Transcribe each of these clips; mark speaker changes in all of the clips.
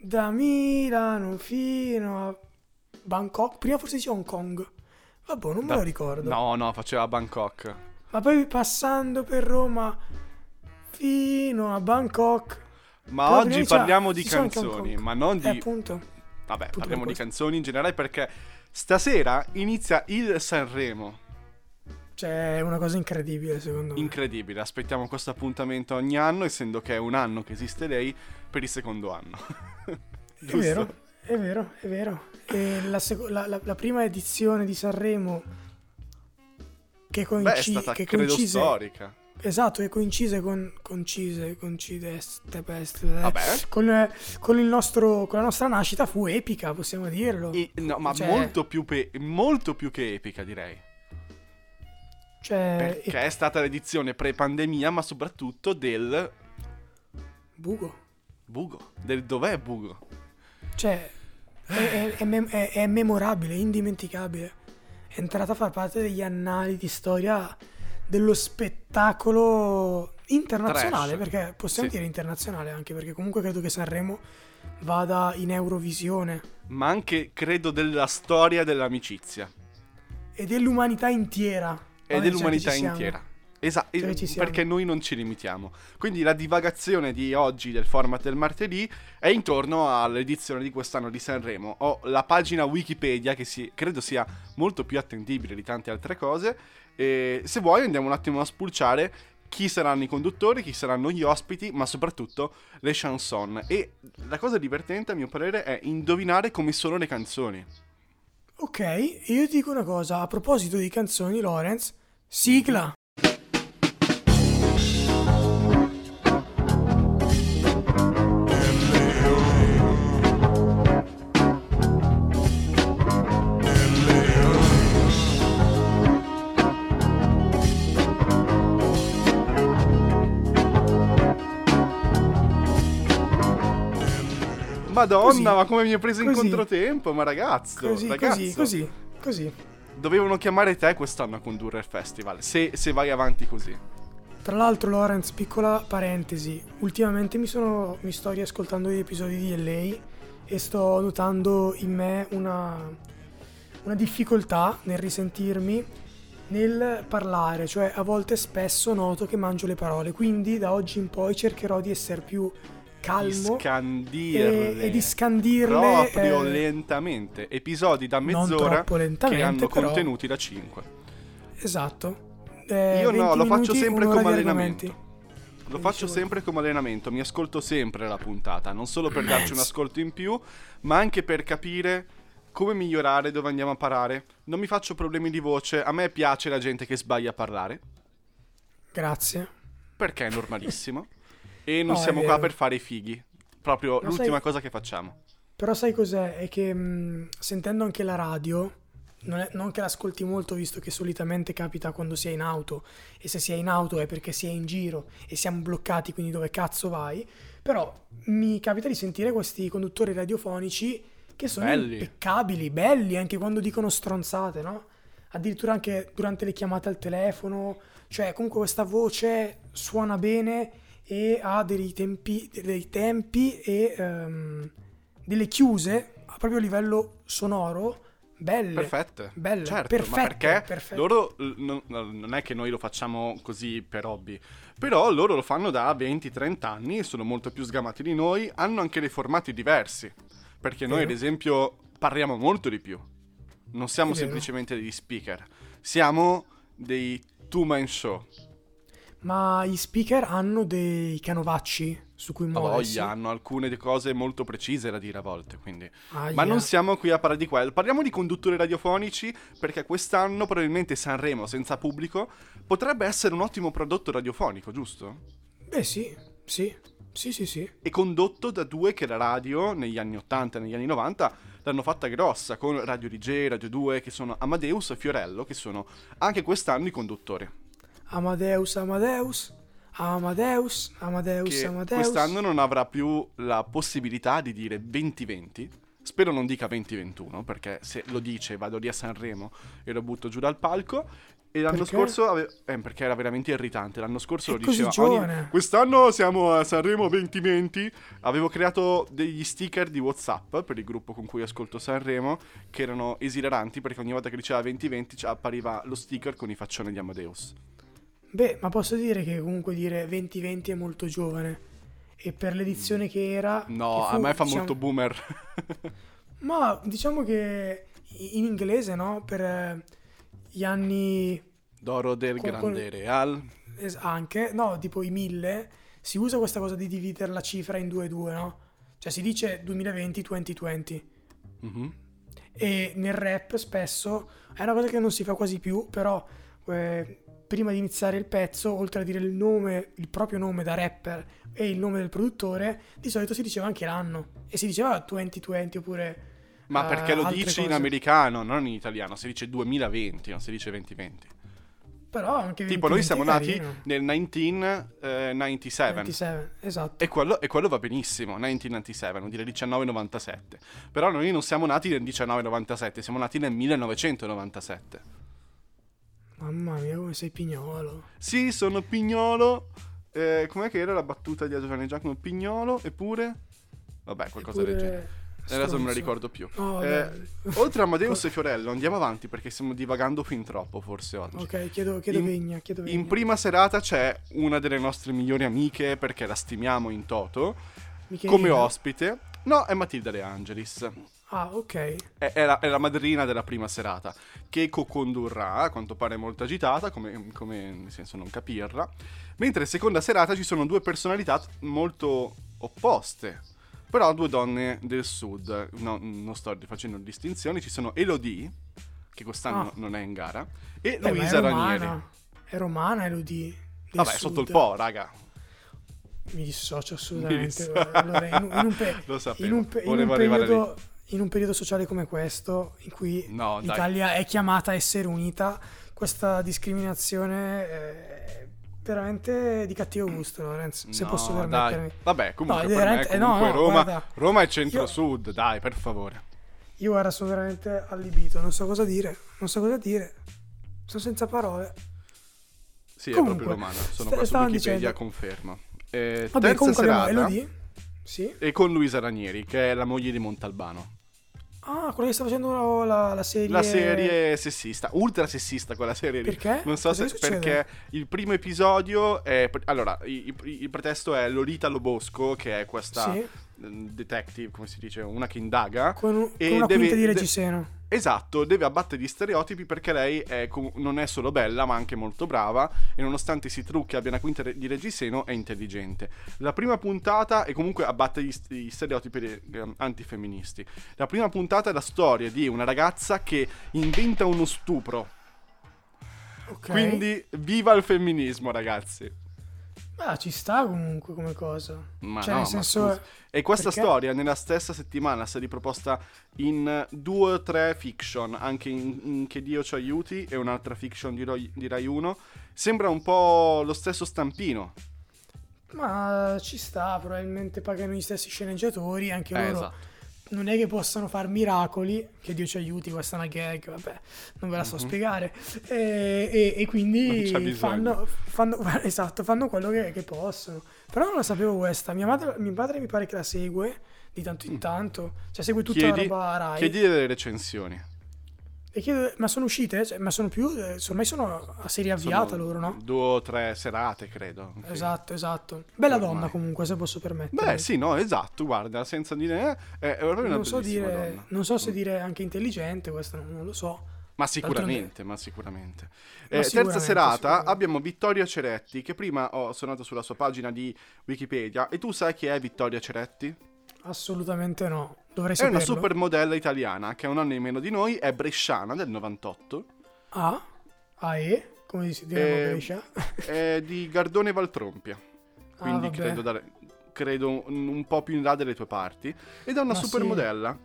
Speaker 1: Da Milano fino a Bangkok. Prima forse dice Hong Kong. Vabbè, non me
Speaker 2: Da-
Speaker 1: lo ricordo.
Speaker 2: No, no, faceva Bangkok.
Speaker 1: Ma poi passando per Roma fino a Bangkok.
Speaker 2: Ma
Speaker 1: Però
Speaker 2: oggi
Speaker 1: prima c'era-
Speaker 2: parliamo di
Speaker 1: ci sono anche Hong
Speaker 2: canzoni,
Speaker 1: Kong.
Speaker 2: ma non
Speaker 1: Eh,
Speaker 2: di...
Speaker 1: appunto.
Speaker 2: Vabbè,
Speaker 1: appunto
Speaker 2: parliamo di
Speaker 1: questo.
Speaker 2: canzoni in generale perché stasera inizia il Sanremo.
Speaker 1: Cioè, è una cosa incredibile, secondo me.
Speaker 2: Incredibile, aspettiamo questo appuntamento ogni anno, essendo che è un anno che esiste lei, per il secondo anno.
Speaker 1: È vero, è vero, è vero. E la, seco- la- la- la prima edizione di Sanremo che,
Speaker 2: Beh, è
Speaker 1: coinci-
Speaker 2: stata,
Speaker 1: che
Speaker 2: credo,
Speaker 1: coincise
Speaker 2: storica.
Speaker 1: esatto, che coincise con concise, concide step by step,
Speaker 2: Vabbè.
Speaker 1: con, eh, con il nostro con la nostra nascita fu epica, possiamo dirlo.
Speaker 2: E- no, ma
Speaker 1: Cioè-
Speaker 2: molto, più pe- molto più che epica, direi.
Speaker 1: cioè,
Speaker 2: Perché
Speaker 1: e-
Speaker 2: è stata l'edizione pre-pandemia, ma soprattutto del
Speaker 1: buco.
Speaker 2: bugo. Del dov'è bugo?
Speaker 1: Cioè, è, è- è mem- è- è memorabile, è indimenticabile. È entrata a far parte degli annali di storia dello spettacolo internazionale,
Speaker 2: Trash.
Speaker 1: perché possiamo
Speaker 2: Sì.
Speaker 1: dire internazionale anche, perché comunque credo che Sanremo vada in Eurovisione
Speaker 2: Ma anche, credo, della storia dell'amicizia.
Speaker 1: e dell'umanità intera.
Speaker 2: e
Speaker 1: Vabbè,
Speaker 2: dell'umanità
Speaker 1: cioè, che ci siamo.
Speaker 2: intera. Esatto,
Speaker 1: Cioè, ci siamo.
Speaker 2: perché noi non ci limitiamo. Quindi la divagazione di oggi del format del martedì è intorno all'edizione di quest'anno di Sanremo. Ho la pagina Wikipedia che si- credo sia molto più attendibile di tante altre cose. E se vuoi andiamo un attimo a spulciare chi saranno i conduttori, chi saranno gli ospiti, ma soprattutto le chanson. E la cosa divertente a mio parere è indovinare come sono le canzoni.
Speaker 1: Ok, io ti dico una cosa, a proposito di canzoni, Lorenz, sigla.
Speaker 2: Madonna,
Speaker 1: Così.
Speaker 2: ma come mi hai preso in
Speaker 1: Così.
Speaker 2: controtempo, ma ragazzo,
Speaker 1: Così,
Speaker 2: ragazzo.
Speaker 1: così, così, così.
Speaker 2: Dovevano chiamare te quest'anno a condurre il festival, se, se vai avanti così.
Speaker 1: Tra l'altro, Lorenz, piccola parentesi, ultimamente mi, sono, mi sto riascoltando gli episodi di LA e sto notando in me una, una difficoltà nel risentirmi nel parlare, cioè a volte spesso noto che mangio le parole, quindi da oggi in poi cercherò di essere più
Speaker 2: Di
Speaker 1: calmo
Speaker 2: scandirle.
Speaker 1: Eh, e, e di scandirle
Speaker 2: Proprio
Speaker 1: eh,
Speaker 2: lentamente. Episodi da
Speaker 1: non
Speaker 2: mezz'ora
Speaker 1: troppo
Speaker 2: che
Speaker 1: lentamente,
Speaker 2: hanno
Speaker 1: però.
Speaker 2: contenuti da 5.
Speaker 1: Esatto. Eh,
Speaker 2: Io
Speaker 1: 20
Speaker 2: no, lo faccio
Speaker 1: minuti,
Speaker 2: sempre
Speaker 1: un'ora
Speaker 2: come
Speaker 1: di argomenti.
Speaker 2: allenamento. Lo faccio
Speaker 1: dicevo.
Speaker 2: sempre come allenamento, mi ascolto sempre la puntata, non solo per darci un ascolto in più, ma anche per capire come migliorare, dove andiamo a parare. Non mi faccio problemi di voce, a me piace la gente che sbaglia a parlare,
Speaker 1: Grazie.
Speaker 2: perché è normalissimo. e non
Speaker 1: No, è
Speaker 2: siamo qua
Speaker 1: vero.
Speaker 2: per fare i fighi. Proprio
Speaker 1: Ma
Speaker 2: l'ultima
Speaker 1: sai-
Speaker 2: cosa che facciamo.
Speaker 1: Però sai cos'è? È che mh, sentendo anche la radio, non, è- non che l'ascolti molto visto che solitamente capita quando si è in auto e se si è in auto è perché si è in giro e siamo bloccati, quindi dove cazzo vai? Però mi capita di sentire questi conduttori radiofonici che sono
Speaker 2: Belli.
Speaker 1: impeccabili, belli anche quando dicono stronzate, no? Addirittura anche durante le chiamate al telefono, cioè comunque questa voce suona bene e ha dei tempi, dei tempi e ehm, delle chiuse a proprio livello sonoro belle.
Speaker 2: Perfette.
Speaker 1: Belle,
Speaker 2: Certo, ma
Speaker 1: perfette,
Speaker 2: perché
Speaker 1: perfette.
Speaker 2: loro eh, non, non è che noi lo facciamo così per hobby. Però loro lo fanno da 20-30 anni, sono molto più sgamati di noi, hanno anche dei formati diversi. Perché noi,
Speaker 1: Vero.
Speaker 2: ad esempio, parliamo molto di più. Non siamo
Speaker 1: È vero.
Speaker 2: semplicemente degli speaker, siamo dei two-man show.
Speaker 1: Ma i speaker hanno dei canovacci su cui
Speaker 2: La
Speaker 1: muoversi.
Speaker 2: voglia, hanno alcune de- cose molto precise da dire a volte, quindi...
Speaker 1: Aia.
Speaker 2: Ma non siamo qui a parlare di quello, parliamo di conduttori radiofonici perché quest'anno probabilmente Sanremo senza pubblico potrebbe essere un ottimo prodotto radiofonico, giusto?
Speaker 1: Beh sì, sì, sì, sì, sì.
Speaker 2: E condotto da due che la radio negli anni 80 e negli anni 90 l'hanno fatta grossa con Radio DJ, Radio 2 che sono Amadeus e Fiorello che sono anche quest'anno i conduttori.
Speaker 1: Amadeus, Amadeus, Amadeus, Amadeus,
Speaker 2: Che
Speaker 1: Amadeus.
Speaker 2: quest'anno non avrà più la possibilità di dire 20-20 Spero non dica 2021, perché se lo dice vado lì a Sanremo e lo butto giù dal palco. E l'anno
Speaker 1: Perché?
Speaker 2: scorso, ave- eh, perché era veramente irritante, l'anno scorso
Speaker 1: È
Speaker 2: lo
Speaker 1: così
Speaker 2: diceva...
Speaker 1: giovane.
Speaker 2: Quest'anno siamo a Sanremo 2020, avevo creato degli sticker di Whatsapp per il gruppo con cui ascolto Sanremo, che erano esilaranti perché ogni volta che diceva 2020 ci appariva lo sticker con i faccioni di Amadeus.
Speaker 1: Beh, ma posso dire che comunque dire 2020 è molto giovane. E per l'edizione che era...
Speaker 2: Mm.
Speaker 1: Ah,
Speaker 2: No,
Speaker 1: che fu,
Speaker 2: a me fa
Speaker 1: diciamo-
Speaker 2: molto boomer.
Speaker 1: Ma diciamo che in inglese, no? Per eh, gli anni
Speaker 2: D'oro del
Speaker 1: Con- con-
Speaker 2: grande real.
Speaker 1: es- anche, no, tipo i mille, si usa questa cosa di dividere la cifra in due e due, no? Cioè si dice 2020-2020.
Speaker 2: Mhm.
Speaker 1: E nel rap spesso è una cosa che non si fa quasi più, però eh, prima di iniziare il pezzo, oltre a dire il nome, il proprio nome da rapper e il nome del produttore, di solito si diceva anche l'anno. E si diceva 2020 oppure...
Speaker 2: Ma
Speaker 1: eh,
Speaker 2: perché lo
Speaker 1: altre
Speaker 2: dici in
Speaker 1: cose.
Speaker 2: americano, non in italiano? Si dice 2020, non si dice 2020.
Speaker 1: Però anche
Speaker 2: tipo,
Speaker 1: 2020
Speaker 2: noi siamo
Speaker 1: è
Speaker 2: nati
Speaker 1: Mm, carino.
Speaker 2: nel 1997.
Speaker 1: 27, esatto.
Speaker 2: E quello, e quello va benissimo, 1997, vuol dire 1997. Però noi non siamo nati nel 1997, siamo nati nel 1997.
Speaker 1: Mamma mia, come sei pignolo.
Speaker 2: Sì, sono Pignolo. Eh, com'è che era la battuta di Giovanni Giacomo? Pignolo, eppure... Vabbè, qualcosa
Speaker 1: Eppure,
Speaker 2: del genere. Adesso non me
Speaker 1: stronzo.
Speaker 2: la ricordo più.
Speaker 1: No,
Speaker 2: Eh,
Speaker 1: Oh, dai.
Speaker 2: oltre a Amadeus e Fiorello, andiamo avanti perché stiamo divagando fin troppo, forse oggi.
Speaker 1: Ok, chiedo, chiedo
Speaker 2: In-
Speaker 1: vegna, chiedo vegna.
Speaker 2: In prima serata c'è una delle nostre migliori amiche perché la stimiamo in toto
Speaker 1: Michelina.
Speaker 2: come ospite. No, è Matilda De Angelis.
Speaker 1: Ah, ok.
Speaker 2: È, è la, è la madrina della prima serata che co-condurrà, a quanto pare molto agitata, come, come nel senso non capirla. Mentre seconda serata ci sono due personalità t- molto opposte, però due donne del sud. No, non sto facendo distinzioni, ci sono Elodie, che quest'anno
Speaker 1: Ah.
Speaker 2: non è in gara,
Speaker 1: Beh,
Speaker 2: e
Speaker 1: ma
Speaker 2: Luisa
Speaker 1: è
Speaker 2: Ranieri.
Speaker 1: romana. È romana, Elodie. del
Speaker 2: Vabbè,
Speaker 1: sud.
Speaker 2: sotto il po', raga.
Speaker 1: Mi dissocio assolutamente.
Speaker 2: Mi disso-
Speaker 1: guarda. Allora, in, un- in un pe-
Speaker 2: Lo sapevo,
Speaker 1: in un pe- in un
Speaker 2: volevo arrivare
Speaker 1: periodo, in un periodo sociale come questo, in cui
Speaker 2: No, dai.
Speaker 1: l'Italia è chiamata a essere unita, questa discriminazione è veramente di cattivo gusto, Lorenzo, se
Speaker 2: No,
Speaker 1: posso
Speaker 2: dai.
Speaker 1: permettermi.
Speaker 2: Vabbè, comunque,
Speaker 1: No,
Speaker 2: per me,
Speaker 1: veramente- eh, no,
Speaker 2: comunque
Speaker 1: no,
Speaker 2: Roma,
Speaker 1: guarda.
Speaker 2: Roma è centro-sud, dai, per favore.
Speaker 1: Io ora sono veramente allibito, non so cosa dire, non so cosa dire. Sono senza parole.
Speaker 2: Sì, è
Speaker 1: Comunque,
Speaker 2: proprio romana. Sono
Speaker 1: sta-
Speaker 2: qua su
Speaker 1: stavamo
Speaker 2: Wikipedia,
Speaker 1: dicendo.
Speaker 2: conferma. Eh,
Speaker 1: Vabbè,
Speaker 2: terza
Speaker 1: comunque abbiamo
Speaker 2: serata
Speaker 1: Elodie. Sì.
Speaker 2: e con Luisa Ranieri, che è la moglie di Montalbano.
Speaker 1: Ah, quella che sta facendo la, la serie.
Speaker 2: La serie sessista, ultra sessista quella serie lì.
Speaker 1: eh. Perché?
Speaker 2: Non so
Speaker 1: Cosa
Speaker 2: se
Speaker 1: che succede?
Speaker 2: perché il primo episodio è allora, i- i- il pretesto è Lolita Lobosco, che è questa
Speaker 1: Sì.
Speaker 2: mm, detective, come si dice, una che indaga
Speaker 1: Con, un-
Speaker 2: E
Speaker 1: con una
Speaker 2: deve-
Speaker 1: quinta di
Speaker 2: de-
Speaker 1: Regiseno.
Speaker 2: Esatto, deve abbattere gli stereotipi perché lei è com- non è solo bella ma anche molto brava e nonostante si trucchi e abbia una quinta re- di reggiseno è intelligente. La prima puntata e comunque abbatte gli, st- gli stereotipi de- ehm, antifemministi. La prima puntata è la storia di una ragazza che inventa uno stupro.
Speaker 1: Ok.
Speaker 2: Quindi viva il femminismo ragazzi.
Speaker 1: Ah, ci sta comunque come cosa.
Speaker 2: Ma
Speaker 1: cioè,
Speaker 2: no,
Speaker 1: nel
Speaker 2: ma
Speaker 1: senso.
Speaker 2: scusa. E questa
Speaker 1: perché?
Speaker 2: storia nella stessa settimana si è riproposta in due o tre fiction, anche in, in Che Dio ci aiuti e un'altra fiction di, Roy- di Rai 1. Sembra un po' lo stesso stampino.
Speaker 1: Ma ci sta, probabilmente pagano gli stessi sceneggiatori, anche
Speaker 2: Eh,
Speaker 1: loro.
Speaker 2: esatto.
Speaker 1: Non è che possano far miracoli, che Dio ci aiuti, questa è una gag, vabbè, non ve la
Speaker 2: Mhm.
Speaker 1: so spiegare. E, e- e
Speaker 2: Non c'è
Speaker 1: quindi
Speaker 2: bisogno.
Speaker 1: fanno, fanno- esatto, fanno quello che, che possono. Però non la sapevo questa. Mia madre, mio padre mi pare che la segue di tanto in tanto, cioè segue tutta
Speaker 2: Mm. Chiedi,
Speaker 1: la roba Rai.
Speaker 2: chiedi delle recensioni.
Speaker 1: E chiedo, ma sono uscite? Cioè, ma sono più? eh, Ormai sono a serie avviata
Speaker 2: Sono
Speaker 1: loro, no?
Speaker 2: Due o tre serate, credo. Sì.
Speaker 1: Esatto, esatto. Bella
Speaker 2: Ormai.
Speaker 1: donna comunque, se posso permettere.
Speaker 2: Beh, sì, no, esatto, guarda, senza dire... eh, È, è proprio una
Speaker 1: Non so,
Speaker 2: bellissima
Speaker 1: dire,
Speaker 2: donna. Mm.
Speaker 1: non so se dire anche intelligente, questo non, non lo so.
Speaker 2: Ma sicuramente, ma sicuramente.
Speaker 1: Ma
Speaker 2: Eh,
Speaker 1: sicuramente,
Speaker 2: terza serata
Speaker 1: sicuramente.
Speaker 2: abbiamo Vittoria Ceretti, che prima ho sonato sulla sua pagina di Wikipedia. E tu sai chi è Vittoria Ceretti?
Speaker 1: Assolutamente no. Dovrei
Speaker 2: È
Speaker 1: saperlo.
Speaker 2: una supermodella italiana che è un anno in meno di noi, è bresciana del 98,
Speaker 1: A. AE, come si direbbe
Speaker 2: Eh,
Speaker 1: a Diciamo Brescia. Ah,
Speaker 2: è di Gardone Valtrompia. Quindi
Speaker 1: vabbè.
Speaker 2: credo, dare- credo un, un po' più in là delle tue parti. Ed è una
Speaker 1: Ma sì.
Speaker 2: supermodella.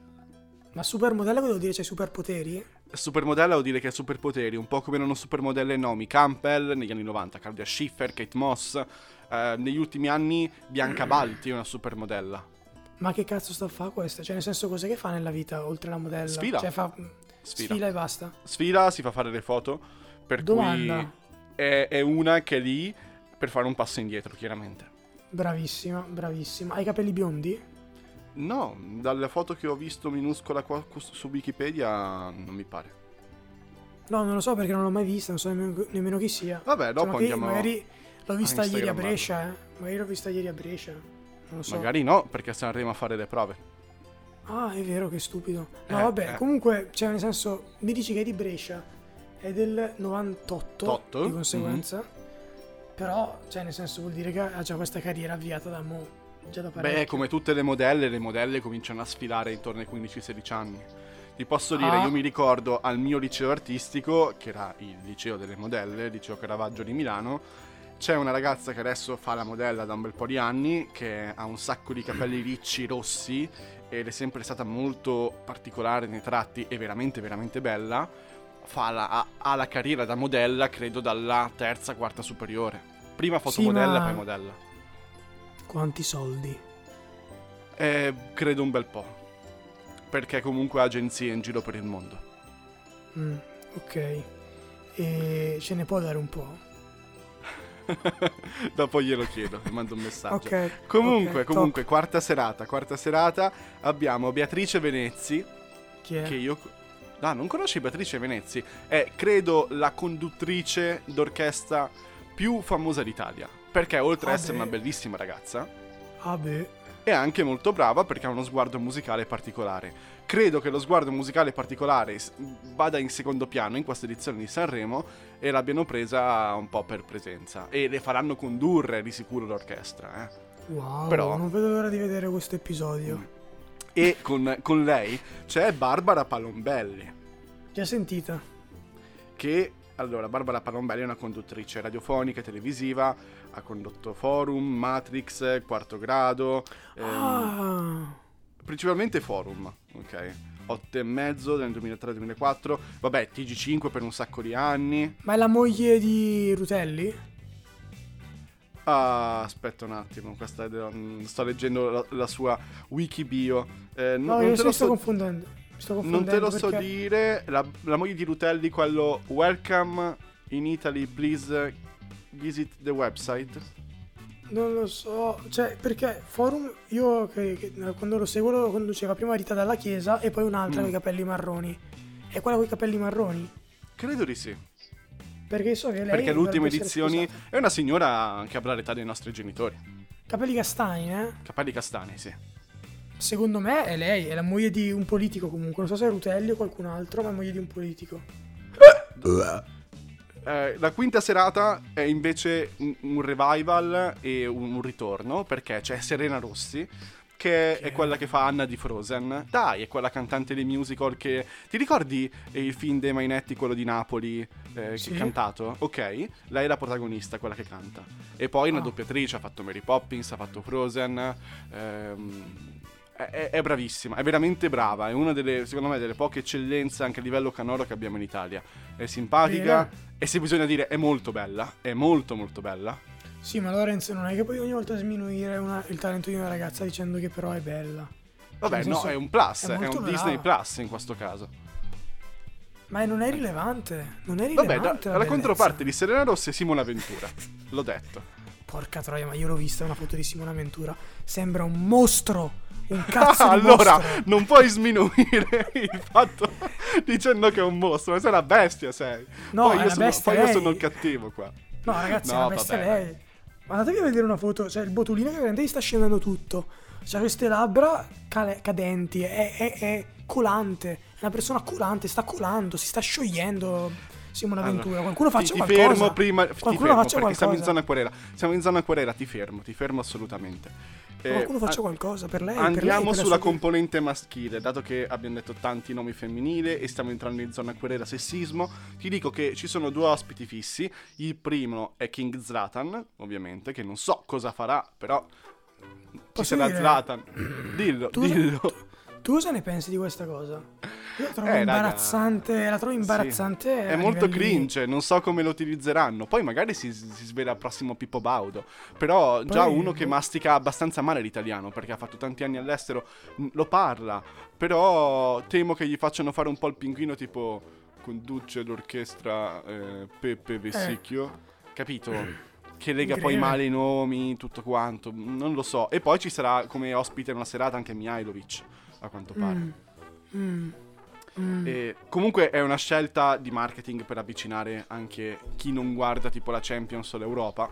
Speaker 1: Ma supermodella cosa vuol dire? C'è superpoteri?
Speaker 2: Supermodella vuol dire che ha superpoteri, un po' come erano supermodelle Naomi Campbell negli anni 90, Claudia Schiffer, Kate Moss. eh, negli ultimi anni Bianca Balti è una supermodella.
Speaker 1: ma che cazzo sta a fare questa? Cioè, nel senso, cos'è che fa nella vita oltre la modella?
Speaker 2: Sfila.
Speaker 1: Cioè, fa
Speaker 2: Sfila.
Speaker 1: sfila, e basta.
Speaker 2: Sfila, si fa fare le foto, per
Speaker 1: Domanda.
Speaker 2: cui è, è una che è lì per fare un passo indietro, chiaramente.
Speaker 1: Bravissima, bravissima. Ha i capelli biondi?
Speaker 2: No, dalla foto che ho visto minuscola qua cu- su Wikipedia non mi pare.
Speaker 1: No, non lo so perché non l'ho mai vista, non so nemmeno, nemmeno chi sia.
Speaker 2: Vabbè, dopo
Speaker 1: magari,
Speaker 2: andiamo...
Speaker 1: Cioè, magari l'ho vista ieri a
Speaker 2: Instagrammarlo.
Speaker 1: Brescia, eh. Magari l'ho vista ieri a Brescia. Non lo so.
Speaker 2: Magari no, perché a Sanremo a fare le prove.
Speaker 1: Ah, è vero, che stupido. No,
Speaker 2: Eh,
Speaker 1: vabbè,
Speaker 2: eh.
Speaker 1: comunque, cioè, nel senso, mi dici che è di Brescia, è del 98,
Speaker 2: Totto,
Speaker 1: di conseguenza.
Speaker 2: Mhm.
Speaker 1: Però, cioè, nel senso, vuol dire che ha già questa carriera avviata da mo, già da parecchio.
Speaker 2: Beh, come tutte le modelle, le modelle cominciano a sfilare intorno ai 15-16 anni. Ti posso dire,
Speaker 1: Ah.
Speaker 2: io mi ricordo al mio liceo artistico, che era il liceo delle modelle, il liceo Caravaggio di Milano, c'è una ragazza che adesso fa la modella da un bel po' di anni, che ha un sacco di capelli ricci, rossi, ed è sempre stata molto particolare nei tratti e veramente, veramente bella. Fa la, ha, ha la carriera da modella, credo, dalla terza, quarta superiore. Prima fotomodella,
Speaker 1: ma-
Speaker 2: poi modella.
Speaker 1: Quanti soldi?
Speaker 2: Eh, credo un bel po'. Perché comunque ha agenzie in giro per il mondo.
Speaker 1: Mm, ok. E ce ne può dare un po'?
Speaker 2: Dopo glielo chiedo, gli mando un messaggio.
Speaker 1: Ok.
Speaker 2: Comunque,
Speaker 1: ok, top.
Speaker 2: comunque, quarta serata, quarta serata abbiamo Beatrice Venezzi,
Speaker 1: Chi è?
Speaker 2: che io... Ah, non conosci Beatrice Venezzi? È, credo, la conduttrice d'orchestra più famosa d'Italia. Perché oltre ad
Speaker 1: Ah,
Speaker 2: essere
Speaker 1: beh.
Speaker 2: una bellissima ragazza,
Speaker 1: Ah, beh.
Speaker 2: è anche molto brava perché ha uno sguardo musicale particolare. Credo che lo sguardo musicale particolare s- vada in secondo piano in questa edizione di Sanremo e l'abbiano presa un po' per presenza. E le faranno condurre di sicuro l'orchestra. eh.
Speaker 1: Wow,
Speaker 2: Però- Mm.
Speaker 1: non vedo l'ora di vedere questo episodio.
Speaker 2: E con, con lei c'è Barbara Palombelli,
Speaker 1: Già sentita.
Speaker 2: che... Allora, Barbara Palombelli è una conduttrice radiofonica e televisiva, ha condotto Forum, Matrix, Quarto Grado, ehm,
Speaker 1: Ah,
Speaker 2: principalmente forum, ok? 8 e mezzo nel 2003-2004, vabbè, TG5 per un sacco di anni.
Speaker 1: ma è la moglie di Rutelli?
Speaker 2: Ah, aspetta un attimo, questa è della- mm, sto leggendo la, la sua wiki bio. Eh,
Speaker 1: No,
Speaker 2: non,
Speaker 1: io
Speaker 2: te
Speaker 1: mi sto
Speaker 2: lo so,
Speaker 1: confondendo. Mi sto confondendo
Speaker 2: non te lo so
Speaker 1: perché-
Speaker 2: dire, la, la moglie di Rutelli, quello Welcome in Italy, please visit the website.
Speaker 1: Non lo so, cioè perché Forum io che- che- quando lo seguo lo conduceva prima Rita dalla Chiesa e poi un'altra
Speaker 2: Mm.
Speaker 1: con i capelli marroni. È quella con i capelli marroni?
Speaker 2: Credo di sì,
Speaker 1: Perché so che lei...
Speaker 2: perché le ultime
Speaker 1: dovrebbe essere
Speaker 2: edizioni
Speaker 1: sposata.
Speaker 2: è una signora che avrà l'età dei nostri genitori,
Speaker 1: Capelli castani, eh?
Speaker 2: capelli castani, sì.
Speaker 1: Secondo me è lei, è la moglie di un politico comunque. Non so se è Rutelli o qualcun altro, ma è moglie di un politico.
Speaker 2: Eh, la quinta serata è invece un, un revival e un, un ritorno perché c'è Serena Rossi che è quella che fa Anna di Frozen. Dai, è quella cantante dei musical che... Ti ricordi eh, il film dei Mainetti, quello di Napoli, eh,
Speaker 1: Sì.
Speaker 2: che è cantato? Ok, lei è la protagonista, quella che canta. E poi è una
Speaker 1: Ah.
Speaker 2: doppiatrice, ha fatto Mary Poppins, ha fatto Frozen. ehm, è, è- è bravissima, è veramente brava, è una delle, secondo me, delle poche eccellenze anche a livello canoro che abbiamo in Italia. È simpatica,
Speaker 1: Vera.
Speaker 2: e se bisogna dire è molto bella, è molto molto bella.
Speaker 1: Sì, ma Lorenzo non è che puoi ogni volta sminuire una- il talento di una ragazza dicendo che però è bella.
Speaker 2: Vabbè,
Speaker 1: Nel
Speaker 2: no,
Speaker 1: senso,
Speaker 2: è un plus,
Speaker 1: è
Speaker 2: è, un
Speaker 1: molto
Speaker 2: Disney
Speaker 1: brava.
Speaker 2: Plus in questo caso.
Speaker 1: Ma non è rilevante. Non è rilevante.
Speaker 2: Vabbè, da-
Speaker 1: la
Speaker 2: la
Speaker 1: bellezza.
Speaker 2: controparte di Serena Rossi è Simona Ventura. L'ho detto.
Speaker 1: Porca troia, ma io l'ho vista una foto di Simona Ventura. Sembra un mostro. Un cazzo di
Speaker 2: Ah, allora,
Speaker 1: mostro.
Speaker 2: non puoi sminuire il fatto dicendo che è un mostro, ma sei una bestia, sei.
Speaker 1: No,
Speaker 2: poi
Speaker 1: è
Speaker 2: io,
Speaker 1: una
Speaker 2: sono,
Speaker 1: bestia
Speaker 2: poi io
Speaker 1: lei.
Speaker 2: sono il cattivo qua.
Speaker 1: No, ragazzi,
Speaker 2: No,
Speaker 1: è una bestia
Speaker 2: vabbè.
Speaker 1: lei. Ma andatevi a vedere una foto. Cioè, il botulino che veramente gli sta scendendo tutto. C'ha queste labbra cale- cadenti. È, è- è colante. È una persona colante. Sta colando. Si sta sciogliendo. Simona
Speaker 2: Allora,
Speaker 1: Ventura. Qualcuno faccia
Speaker 2: ti, ti
Speaker 1: qualcosa.
Speaker 2: fermo prima. Ti
Speaker 1: Qualcuno
Speaker 2: fermo,
Speaker 1: faccia
Speaker 2: perché siamo in
Speaker 1: qualcosa.
Speaker 2: zona querela. Siamo in zona querela, ti fermo, ti fermo assolutamente. Eh,
Speaker 1: Qualcuno faccia
Speaker 2: a-
Speaker 1: qualcosa per lei. per lei,
Speaker 2: Andiamo
Speaker 1: per la
Speaker 2: sulla
Speaker 1: sua-
Speaker 2: componente maschile, dato che abbiamo detto tanti nomi femminili e stiamo entrando in zona querela sessismo, ti dico che ci sono due ospiti fissi, il primo è King Zlatan, ovviamente, che non so cosa farà, però ci
Speaker 1: Posso
Speaker 2: sarà
Speaker 1: dire?
Speaker 2: Zlatan, dillo,
Speaker 1: Tu-
Speaker 2: dillo,
Speaker 1: Tu cosa ne pensi di questa cosa? Io la trovo
Speaker 2: Eh, raga,
Speaker 1: imbarazzante, la trovo
Speaker 2: Sì.
Speaker 1: imbarazzante.
Speaker 2: È
Speaker 1: a
Speaker 2: molto
Speaker 1: livelli-
Speaker 2: cringe, non so come lo utilizzeranno. Poi magari si, si svela il prossimo Pippo Baudo. Però già
Speaker 1: Poi-
Speaker 2: uno che mastica abbastanza male l'italiano, perché ha fatto tanti anni all'estero, mh, lo parla. Però temo che gli facciano fare un po' il pinguino tipo conduce l'orchestra eh, Peppe Vessicchio. Capito? Che lega poi
Speaker 1: Incredibile.
Speaker 2: male i nomi, tutto quanto. mh, Non lo so. E poi ci sarà come ospite in una serata anche Mihailovic, a quanto pare.
Speaker 1: Mm. Mm. Mm.
Speaker 2: E comunque è una scelta di marketing per avvicinare anche chi non guarda tipo la Champions o l'Europa.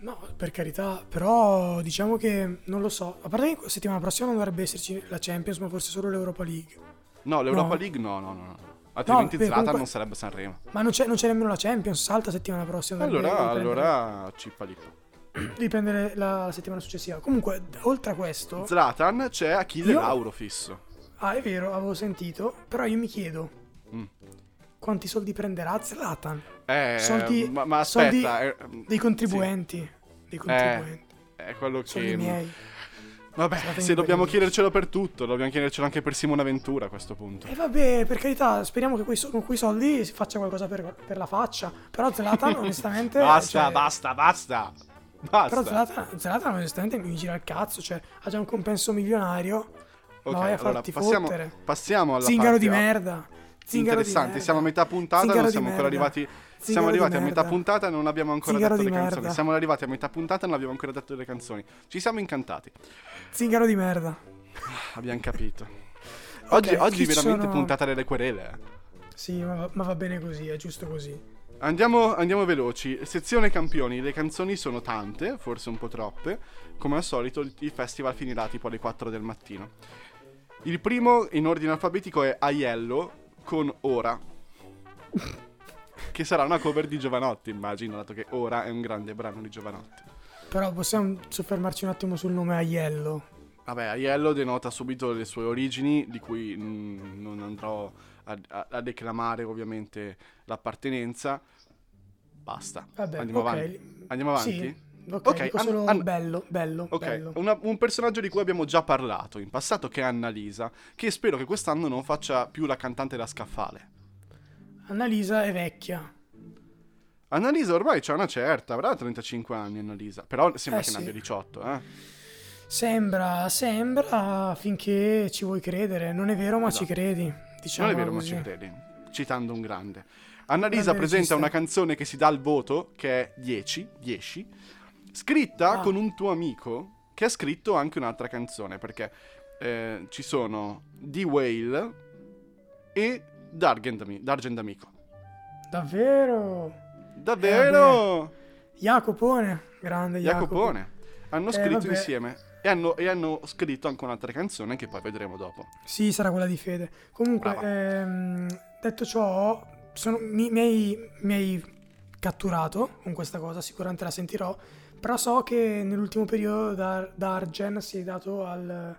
Speaker 1: No, per carità, però diciamo che non lo so. A parte che settimana prossima non dovrebbe esserci la Champions, ma forse solo l'Europa League.
Speaker 2: No, l'Europa
Speaker 1: No.
Speaker 2: League no, no, no. no. Altrimenti
Speaker 1: beh,
Speaker 2: Zlatan
Speaker 1: comunque-
Speaker 2: non sarebbe Sanremo.
Speaker 1: Ma non c'è, non c'è nemmeno la Champions, salta settimana prossima. dovrebbe
Speaker 2: Allora,
Speaker 1: riprendere-
Speaker 2: allora cippa lì.
Speaker 1: riprendere la settimana successiva. Comunque, d- oltre a questo,
Speaker 2: Zlatan c'è Achille
Speaker 1: Io-
Speaker 2: Lauro fisso.
Speaker 1: ah, è vero, avevo sentito, però io mi chiedo
Speaker 2: Mm.
Speaker 1: quanti soldi prenderà Zlatan
Speaker 2: Eh,
Speaker 1: Soldi-
Speaker 2: ma, ma
Speaker 1: soldi
Speaker 2: aspetta, eh,
Speaker 1: dei contribuenti, dei contribuenti.
Speaker 2: sì, è quello
Speaker 1: Soldi
Speaker 2: che
Speaker 1: miei.
Speaker 2: Vabbè,
Speaker 1: Zlatan
Speaker 2: se dobbiamo
Speaker 1: Ibrahimovic.
Speaker 2: chiedercelo per tutto, dobbiamo chiedercelo anche per Simone Ventura a questo punto.
Speaker 1: E vabbè, per carità, speriamo che quei so- con quei soldi si faccia qualcosa per, per la faccia. Però Zlatan, onestamente.
Speaker 2: Basta,
Speaker 1: cioè,
Speaker 2: basta, basta. Basta.
Speaker 1: Però Zlatan, Zlatan, onestamente, mi gira il cazzo. Cioè, ha già un compenso milionario.
Speaker 2: Ok,
Speaker 1: ma vai a
Speaker 2: allora,
Speaker 1: farti
Speaker 2: passiamo,
Speaker 1: fottere.
Speaker 2: passiamo alla
Speaker 1: Zingaro
Speaker 2: parte
Speaker 1: di
Speaker 2: A.
Speaker 1: merda. Zingaro di
Speaker 2: Interessante,
Speaker 1: merda.
Speaker 2: siamo a metà puntata,
Speaker 1: Zingaro
Speaker 2: non
Speaker 1: di
Speaker 2: siamo ancora
Speaker 1: merda.
Speaker 2: arrivati.
Speaker 1: Zingaro
Speaker 2: siamo
Speaker 1: di
Speaker 2: arrivati a metà
Speaker 1: merda.
Speaker 2: puntata e non abbiamo ancora
Speaker 1: Zingaro
Speaker 2: detto
Speaker 1: di
Speaker 2: le canzoni.
Speaker 1: merda.
Speaker 2: Siamo arrivati a metà puntata e non abbiamo ancora detto le canzoni. Ci siamo incantati.
Speaker 1: Zingaro di merda.
Speaker 2: Abbiamo capito. Oggi,
Speaker 1: Ok,
Speaker 2: oggi
Speaker 1: chi
Speaker 2: veramente
Speaker 1: sono-
Speaker 2: puntata delle querele. eh.
Speaker 1: Sì, ma va, ma va bene così, è giusto così.
Speaker 2: Andiamo, andiamo veloci. Sezione campioni. Le canzoni sono tante, forse un po' troppe. Come al solito, il- il festival finirà tipo alle 4 del mattino. Il primo in ordine alfabetico è Aiello con Ora. che sarà una cover di Giovanotti, immagino, dato che Ora è un grande brano di Giovanotti.
Speaker 1: Però possiamo soffermarci un attimo sul nome Aiello.
Speaker 2: Vabbè, Aiello denota subito le sue origini, di cui mm, non andrò a, a- a declamare ovviamente l'appartenenza. Basta.
Speaker 1: Vabbè,
Speaker 2: Andiamo
Speaker 1: ok.
Speaker 2: avanti. Andiamo avanti?
Speaker 1: Sì, ok,
Speaker 2: Ok,
Speaker 1: dico
Speaker 2: an-
Speaker 1: solo
Speaker 2: an-
Speaker 1: bello, bello,
Speaker 2: Ok,
Speaker 1: bello.
Speaker 2: una- un personaggio di cui abbiamo già parlato in passato che è Annalisa, che spero che quest'anno non faccia più la cantante da scaffale.
Speaker 1: Annalisa è vecchia.
Speaker 2: Annalisa ormai c'ha una certa, avrà 35 anni Annalisa, però sembra
Speaker 1: Eh,
Speaker 2: che ne
Speaker 1: sì.
Speaker 2: abbia 18, eh.
Speaker 1: Sembra, sembra finché ci vuoi credere. Non è vero, ma
Speaker 2: Esatto.
Speaker 1: ci credi. Diciamo
Speaker 2: non è vero,
Speaker 1: così.
Speaker 2: ma ci credi, citando un grande. Annalisa
Speaker 1: Grande
Speaker 2: presenta
Speaker 1: regista.
Speaker 2: una canzone che si dà il voto, che è 10, 10,
Speaker 1: Ah.
Speaker 2: scritta con un tuo amico che ha scritto anche un'altra canzone, perché eh, ci sono The Whale e Dargen d'Ami- Dargen d'Amico.
Speaker 1: Davvero?
Speaker 2: Davvero?
Speaker 1: Jacopone, grande Eh, Jacopo.
Speaker 2: Jacopone. Hanno
Speaker 1: Eh,
Speaker 2: scritto
Speaker 1: vabbè.
Speaker 2: insieme e hanno, e hanno scritto anche un'altra canzone che poi vedremo dopo.
Speaker 1: Sì, sarà quella di Fede. Comunque,
Speaker 2: Brava.
Speaker 1: ehm, detto ciò, sono- mi, mi hai, mi hai catturato con questa cosa, sicuramente la sentirò, però so che nell'ultimo periodo da, da Argen si è dato al,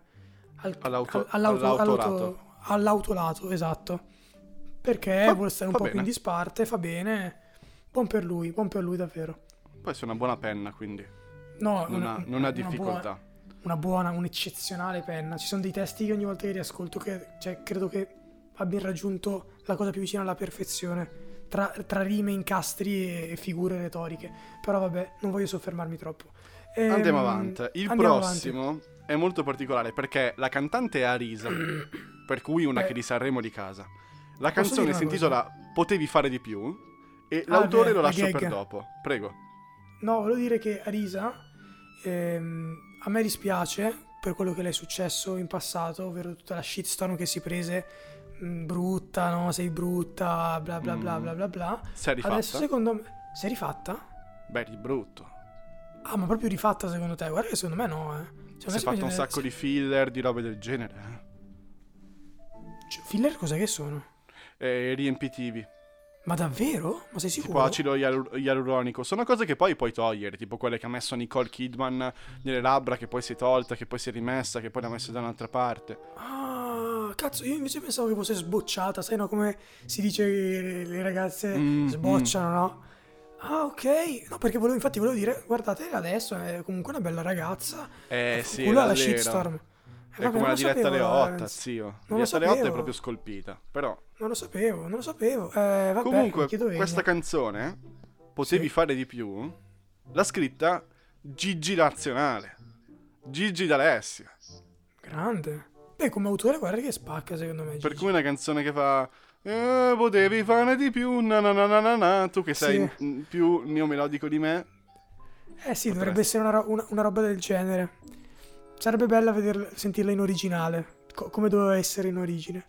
Speaker 1: al-
Speaker 2: All'auto-
Speaker 1: al- all'auto-
Speaker 2: all'autorato.
Speaker 1: all'auto- all'autolato, esatto, perché
Speaker 2: Fa-
Speaker 1: vuole stare un
Speaker 2: fa
Speaker 1: po' più in
Speaker 2: bene.
Speaker 1: disparte, fa bene, buon per lui, buon per lui davvero.
Speaker 2: Poi sono una buona penna, quindi
Speaker 1: No,
Speaker 2: non
Speaker 1: una-
Speaker 2: ha, non ha
Speaker 1: una buona-
Speaker 2: difficoltà.
Speaker 1: una buona, un'eccezionale penna. Ci sono dei testi che ogni volta che riascolto, che, cioè, credo che abbiano raggiunto la cosa più vicina alla perfezione. Tra, tra rime, incastri e, e figure retoriche. Però vabbè, non voglio soffermarmi troppo. Ehm,
Speaker 2: Andiamo avanti. Il
Speaker 1: andiamo
Speaker 2: prossimo è molto particolare perché la cantante è Arisa, per cui una
Speaker 1: Eh.
Speaker 2: che di Sanremo di casa. La
Speaker 1: Posso dire
Speaker 2: canzone
Speaker 1: una
Speaker 2: si intitola Potevi fare di più e
Speaker 1: Ah,
Speaker 2: l'autore
Speaker 1: beh,
Speaker 2: lo
Speaker 1: la
Speaker 2: lascio per
Speaker 1: gag.
Speaker 2: dopo. Prego.
Speaker 1: avanti. No, volevo dire che Arisa ehm, a me dispiace per quello che le è successo in passato, ovvero tutta la shitstorm che si prese mh, brutta, no, sei brutta, bla bla bla
Speaker 2: Mm.
Speaker 1: bla bla bla.
Speaker 2: Si è rifatta.
Speaker 1: Adesso secondo me... Sei rifatta?
Speaker 2: Beh, di brutto.
Speaker 1: Ah, ma proprio rifatta secondo te? Guarda che secondo me no, eh. Cioè,
Speaker 2: Si è fatto un sacco
Speaker 1: di...
Speaker 2: di filler, di robe del genere.
Speaker 1: Filler cos'è che sono?
Speaker 2: eh. E riempitivi.
Speaker 1: Ma davvero? Ma sei
Speaker 2: Tipo
Speaker 1: sicuro?
Speaker 2: acido ialu- ialuronico. Sono cose che poi puoi togliere. Tipo quelle che ha messo Nicole Kidman nelle labbra, che poi si è tolta, che poi si è rimessa, che poi l'ha messa da un'altra parte.
Speaker 1: Ah, cazzo, io invece pensavo che fosse sbocciata, sai no come si dice che le ragazze
Speaker 2: Mm,
Speaker 1: sbocciano, no? Ah, ok. No, perché volevo, infatti volevo dire, guardate adesso, è comunque una bella ragazza.
Speaker 2: Eh
Speaker 1: Fa
Speaker 2: sì,
Speaker 1: culo alla
Speaker 2: davvero.
Speaker 1: shitstorm.
Speaker 2: È come
Speaker 1: non
Speaker 2: la
Speaker 1: lo
Speaker 2: diretta
Speaker 1: sapevo,
Speaker 2: alle 8,
Speaker 1: Lorenz.
Speaker 2: zio. La
Speaker 1: Non lo
Speaker 2: diretta alle 8 è
Speaker 1: sapevo.
Speaker 2: proprio scolpita. Però,
Speaker 1: Non lo sapevo, non lo sapevo. Eh, vabbè,
Speaker 2: comunque,
Speaker 1: chiedo venia.
Speaker 2: questa canzone, potevi
Speaker 1: Sì.
Speaker 2: fare di più, l'ha scritta Gigi Nazionale. Gigi D'Alessio.
Speaker 1: Grande. Beh, come autore, guarda che spacca, secondo me.
Speaker 2: Per
Speaker 1: Gigi.
Speaker 2: cui una canzone che fa... "Eh, potevi fare di più, na na na na na na", Tu che sei
Speaker 1: Sì.
Speaker 2: mm, più neomelodico di me.
Speaker 1: Eh sì, dovrebbe essere una, ro- una- una roba del genere. Sarebbe bella vederla- sentirla in originale, co- come doveva essere in origine.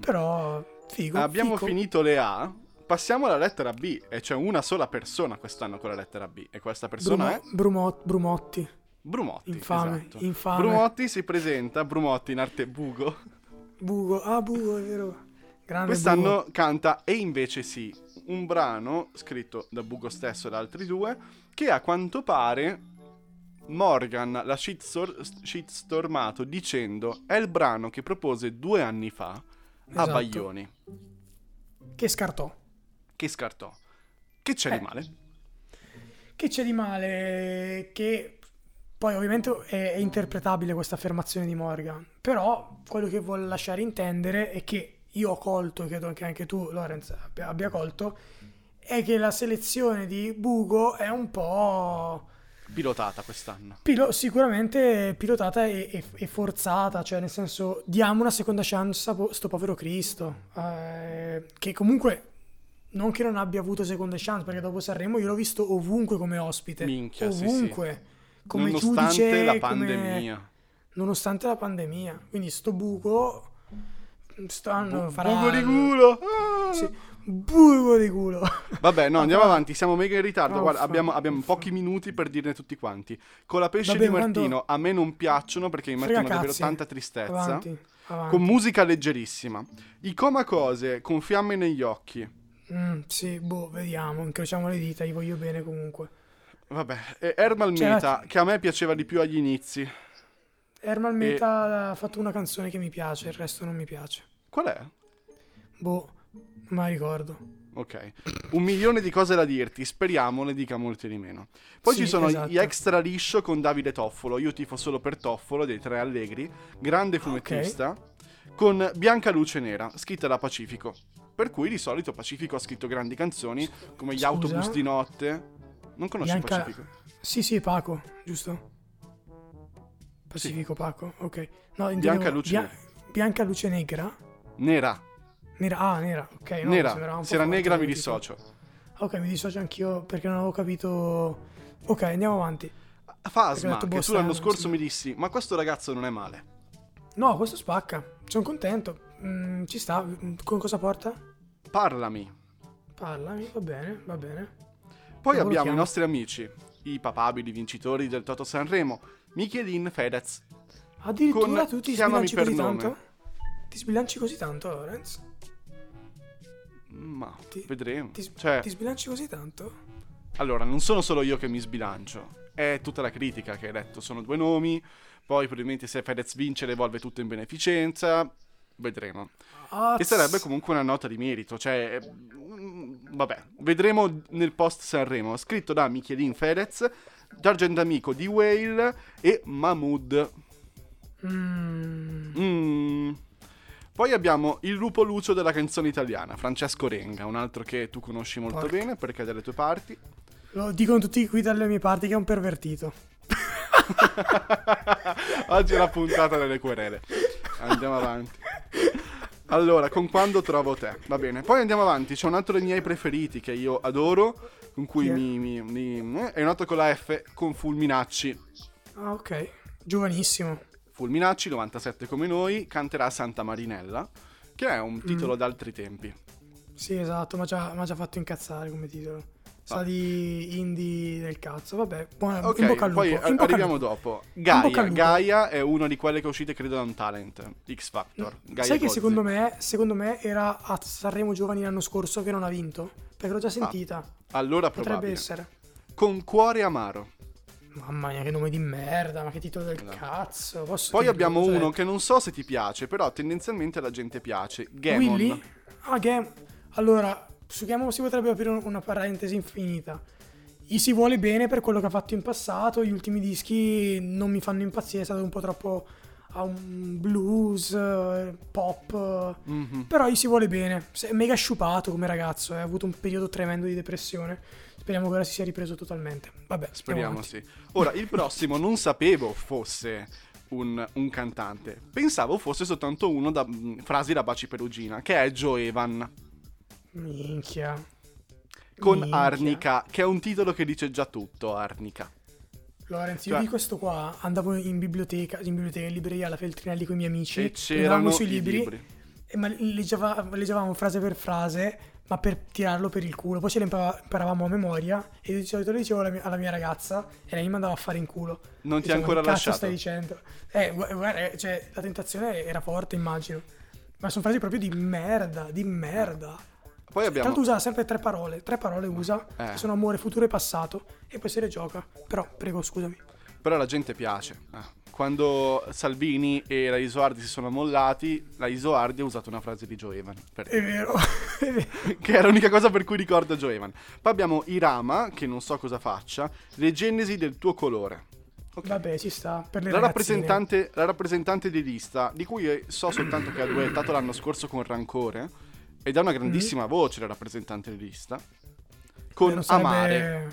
Speaker 1: Però, figo.
Speaker 2: Mm. Abbiamo
Speaker 1: fico.
Speaker 2: finito le A. Passiamo alla lettera B. E c'è una sola persona quest'anno con la lettera B. E questa persona
Speaker 1: Brumo-
Speaker 2: è...
Speaker 1: Brumo- Brumotti.
Speaker 2: Brumotti.
Speaker 1: Infame,
Speaker 2: eh? esatto.
Speaker 1: infame.
Speaker 2: Brumotti si presenta, Brumotti in arte Bugo.
Speaker 1: Bugo. Ah, Bugo, è vero. Grande
Speaker 2: Quest'anno
Speaker 1: Bugo.
Speaker 2: canta E invece sì, un brano scritto da Bugo stesso e da altri due, che a quanto pare Morgan l'ha shitstor- shitstormato dicendo è il brano che propose due anni fa
Speaker 1: Esatto.
Speaker 2: a Baglioni,
Speaker 1: Che scartò.
Speaker 2: che scartò. Che c'è
Speaker 1: Eh.
Speaker 2: di male?
Speaker 1: Che c'è di male? Che poi ovviamente è, è interpretabile questa affermazione di Morgan, però quello che vuole lasciare intendere e che io ho colto, e credo che anche tu Lorenz abbia, abbia colto, è che la selezione di Bugo è un po'
Speaker 2: Pilotata quest'anno.
Speaker 1: pilo- sicuramente pilotata e, e- e forzata, cioè nel senso diamo una seconda chance a po- sto povero Cristo, eh, che comunque... Non che non abbia avuto seconde chance, perché dopo Sanremo io l'ho visto ovunque come ospite.
Speaker 2: Minchia, sì, sì.
Speaker 1: ovunque. Come
Speaker 2: Nonostante
Speaker 1: giudice,
Speaker 2: la
Speaker 1: come-
Speaker 2: pandemia.
Speaker 1: nonostante la pandemia. Quindi sto buco mm, stanno
Speaker 2: Bu-
Speaker 1: farà
Speaker 2: Bugo di culo! Ah!
Speaker 1: Sì, buco di culo.
Speaker 2: Vabbè, no, andiamo avanti, siamo mega in ritardo.
Speaker 1: Ah,
Speaker 2: Guarda,
Speaker 1: uffa,
Speaker 2: abbiamo, abbiamo
Speaker 1: uffa.
Speaker 2: pochi minuti per dirne tutti quanti. Con la pesce
Speaker 1: Vabbè,
Speaker 2: di Martino
Speaker 1: quando-
Speaker 2: a me non piacciono perché mi
Speaker 1: Frega
Speaker 2: mettono davvero
Speaker 1: cazzi.
Speaker 2: tanta tristezza.
Speaker 1: Avanti, avanti.
Speaker 2: Con musica leggerissima. I coma cose con fiamme negli occhi.
Speaker 1: Mm, sì, boh, vediamo, incrociamo le dita, gli voglio bene comunque.
Speaker 2: Vabbè, e Ermal
Speaker 1: Cioè,
Speaker 2: Meta, che a me piaceva di più agli inizi.
Speaker 1: Ermal Meta ha fatto una canzone che mi piace, il resto non mi piace.
Speaker 2: Qual è?
Speaker 1: Boh, non me la ricordo.
Speaker 2: Ok, un milione di cose da dirti, speriamo ne dica molte di meno. Poi
Speaker 1: Sì,
Speaker 2: ci sono
Speaker 1: esatto.
Speaker 2: gli extra liscio con Davide Toffolo, io tifo solo per Toffolo dei Tre Allegri, grande fumettista, con Bianca Luce Nera, scritta da Pacifico. Per cui di solito Pacifico ha scritto grandi canzoni come Gli
Speaker 1: Scusa?
Speaker 2: autobus di notte. Non conosci
Speaker 1: Bianca-
Speaker 2: Pacifico?
Speaker 1: Sì, sì, Paco, giusto? Pacifico Paco, ok. No,
Speaker 2: Bianca
Speaker 1: intendevo-
Speaker 2: Luce
Speaker 1: Bia-
Speaker 2: Nera.
Speaker 1: Bianca Luce Negra?
Speaker 2: Nera,
Speaker 1: Nera, ah, nera, ok. No, mi sembrava
Speaker 2: nera,
Speaker 1: un po'
Speaker 2: se era
Speaker 1: forte
Speaker 2: negra mi
Speaker 1: come titolo.
Speaker 2: dissocio.
Speaker 1: Ok, mi dissocio anch'io perché non avevo capito. Ok, andiamo avanti.
Speaker 2: Fasma,
Speaker 1: detto, boh,
Speaker 2: che tu
Speaker 1: strano,
Speaker 2: l'anno scorso
Speaker 1: insomma.
Speaker 2: mi dissi, ma questo ragazzo non è male.
Speaker 1: No, questo spacca. Sono contento. Mm, ci sta. Mm, Con cosa porta?
Speaker 2: Parlami,
Speaker 1: Parlami, va bene, va bene.
Speaker 2: Poi
Speaker 1: Lo
Speaker 2: abbiamo
Speaker 1: valutiamo.
Speaker 2: i nostri amici, i papabili vincitori del Toto Sanremo, Michelin Fedez.
Speaker 1: Addirittura
Speaker 2: Con
Speaker 1: tu ti
Speaker 2: chiamami
Speaker 1: sbilanci
Speaker 2: per
Speaker 1: così
Speaker 2: nome.
Speaker 1: tanto? Ti sbilanci così tanto, Lorenz?
Speaker 2: Ma
Speaker 1: Ti-
Speaker 2: vedremo.
Speaker 1: Ti, s-
Speaker 2: Cioè,
Speaker 1: ti sbilanci così tanto?
Speaker 2: allora, non sono solo io che mi sbilancio, è tutta la critica che hai detto. Sono due nomi, poi probabilmente se Fedez vince devolve tutto in beneficenza. Vedremo.
Speaker 1: Ah,
Speaker 2: E sarebbe comunque una nota di merito, cioè... mm, Vabbè, vedremo nel post Sanremo, scritto da Michelin Fedez, D'Argent Amico di Whale e Mahmood.
Speaker 1: Mm,
Speaker 2: Mm. Poi abbiamo il lupo lucio della canzone italiana, Francesco Renga, un altro che tu conosci molto
Speaker 1: Porca.
Speaker 2: bene perché è dalle tue parti.
Speaker 1: lo dicono tutti qui dalle mie parti che è un pervertito.
Speaker 2: Oggi è la puntata delle querele. Andiamo avanti. Allora, con quando trovo te. Va bene. Poi andiamo avanti. C'è un altro dei miei preferiti che io adoro. Con cui
Speaker 1: Chi è?
Speaker 2: mi, mi- mi- eh, È noto con la F con Fulminacci.
Speaker 1: Ah, ok. Giovanissimo.
Speaker 2: Fulminacci, 97 come noi, canterà Santa Marinella, che è
Speaker 1: Mm.
Speaker 2: un titolo d'altri tempi.
Speaker 1: Sì, esatto, ma ci ha ma ci ha fatto incazzare come titolo. Sa
Speaker 2: Ah.
Speaker 1: di indie del cazzo. Vabbè, buona,
Speaker 2: Ok,
Speaker 1: in bocca al lupo.
Speaker 2: poi
Speaker 1: in
Speaker 2: a-
Speaker 1: bocca al
Speaker 2: arriviamo
Speaker 1: lupo.
Speaker 2: dopo.
Speaker 1: In bocca
Speaker 2: Gaia,
Speaker 1: al lupo.
Speaker 2: Gaia è una di quelle che è uscite credo da un talent, X Factor. Gaia
Speaker 1: Sai che
Speaker 2: Gozzi.
Speaker 1: secondo me, secondo me era a Sanremo Giovani l'anno scorso che non ha vinto? Perché l'ho già sentita.
Speaker 2: Allora
Speaker 1: Potrebbe
Speaker 2: Ah, probabile.
Speaker 1: essere.
Speaker 2: Con cuore amaro.
Speaker 1: Mamma mia, che nome di merda, ma che titolo del
Speaker 2: Esatto.
Speaker 1: cazzo. Posso
Speaker 2: Poi
Speaker 1: dirlo?
Speaker 2: abbiamo
Speaker 1: Cioè,
Speaker 2: uno che non so se ti piace, però tendenzialmente alla gente piace, Gamon.
Speaker 1: Willy? Ah, Game. Allora, su Game si potrebbe aprire un- una parentesi infinita. Gli si vuole bene per quello che ha fatto in passato, gli ultimi dischi non mi fanno impazzire, è stato un po' troppo a un blues, eh, pop. eh.
Speaker 2: Mhm.
Speaker 1: Però gli si vuole bene. Se- È mega sciupato come ragazzo, eh, ha avuto un periodo tremendo di depressione. Speriamo che ora si sia ripreso totalmente. Vabbè, andiamo
Speaker 2: Speriamo
Speaker 1: avanti.
Speaker 2: sì. Ora, il prossimo non sapevo fosse un, un cantante. Pensavo fosse soltanto uno da mh, frasi da Baci Perugina, che è Joe Evan,
Speaker 1: Minchia.
Speaker 2: con
Speaker 1: Minchia.
Speaker 2: Arnica, che è un titolo che dice già tutto, Arnica.
Speaker 1: Lorenz, io
Speaker 2: Cioè-
Speaker 1: di questo qua andavo in biblioteca, in biblioteca, in libreria alla Feltrinelli con i miei amici.
Speaker 2: E
Speaker 1: prendevamo
Speaker 2: c'erano
Speaker 1: sui
Speaker 2: i libri.
Speaker 1: libri, e ma leggeva- leggevamo frase per frase, ma per tirarlo per il culo. Poi ce le impara- imparavamo a memoria e io di solito le dicevo alla mia, alla mia ragazza e lei mi mandava a fare in culo.
Speaker 2: Non ti ha
Speaker 1: Dicevo, Diciamo, "Che
Speaker 2: ancora
Speaker 1: cazzo
Speaker 2: lasciato.
Speaker 1: stai dicendo? Eh, gu- guarda, eh, cioè, la tentazione era forte, immagino. Ma sono frasi proprio di merda, di merda.
Speaker 2: Poi
Speaker 1: Tanto
Speaker 2: abbiamo...
Speaker 1: usa sempre tre parole, tre parole usa,
Speaker 2: Eh.
Speaker 1: che sono amore, futuro e passato, e poi se le gioca. Però, prego, scusami.
Speaker 2: Però la gente piace. Ah. Quando Salvini e la Isoardi si sono mollati, la Isoardi ha usato una frase di Joe Evan. per-
Speaker 1: È vero, è vero.
Speaker 2: che è l'unica cosa per cui ricordo Joe Evan. Poi abbiamo Irama, che non so cosa faccia, Le genesi del tuo colore. Ok.
Speaker 1: Vabbè, ci sta. Per le
Speaker 2: La
Speaker 1: ragazzine.
Speaker 2: rappresentante, la rappresentante di lista, di cui eh, so soltanto che ha duettato l'anno scorso con Rancore, ed ha una grandissima voce la rappresentante di lista,
Speaker 1: Eh,
Speaker 2: con
Speaker 1: Mm. non sarebbe
Speaker 2: Amare,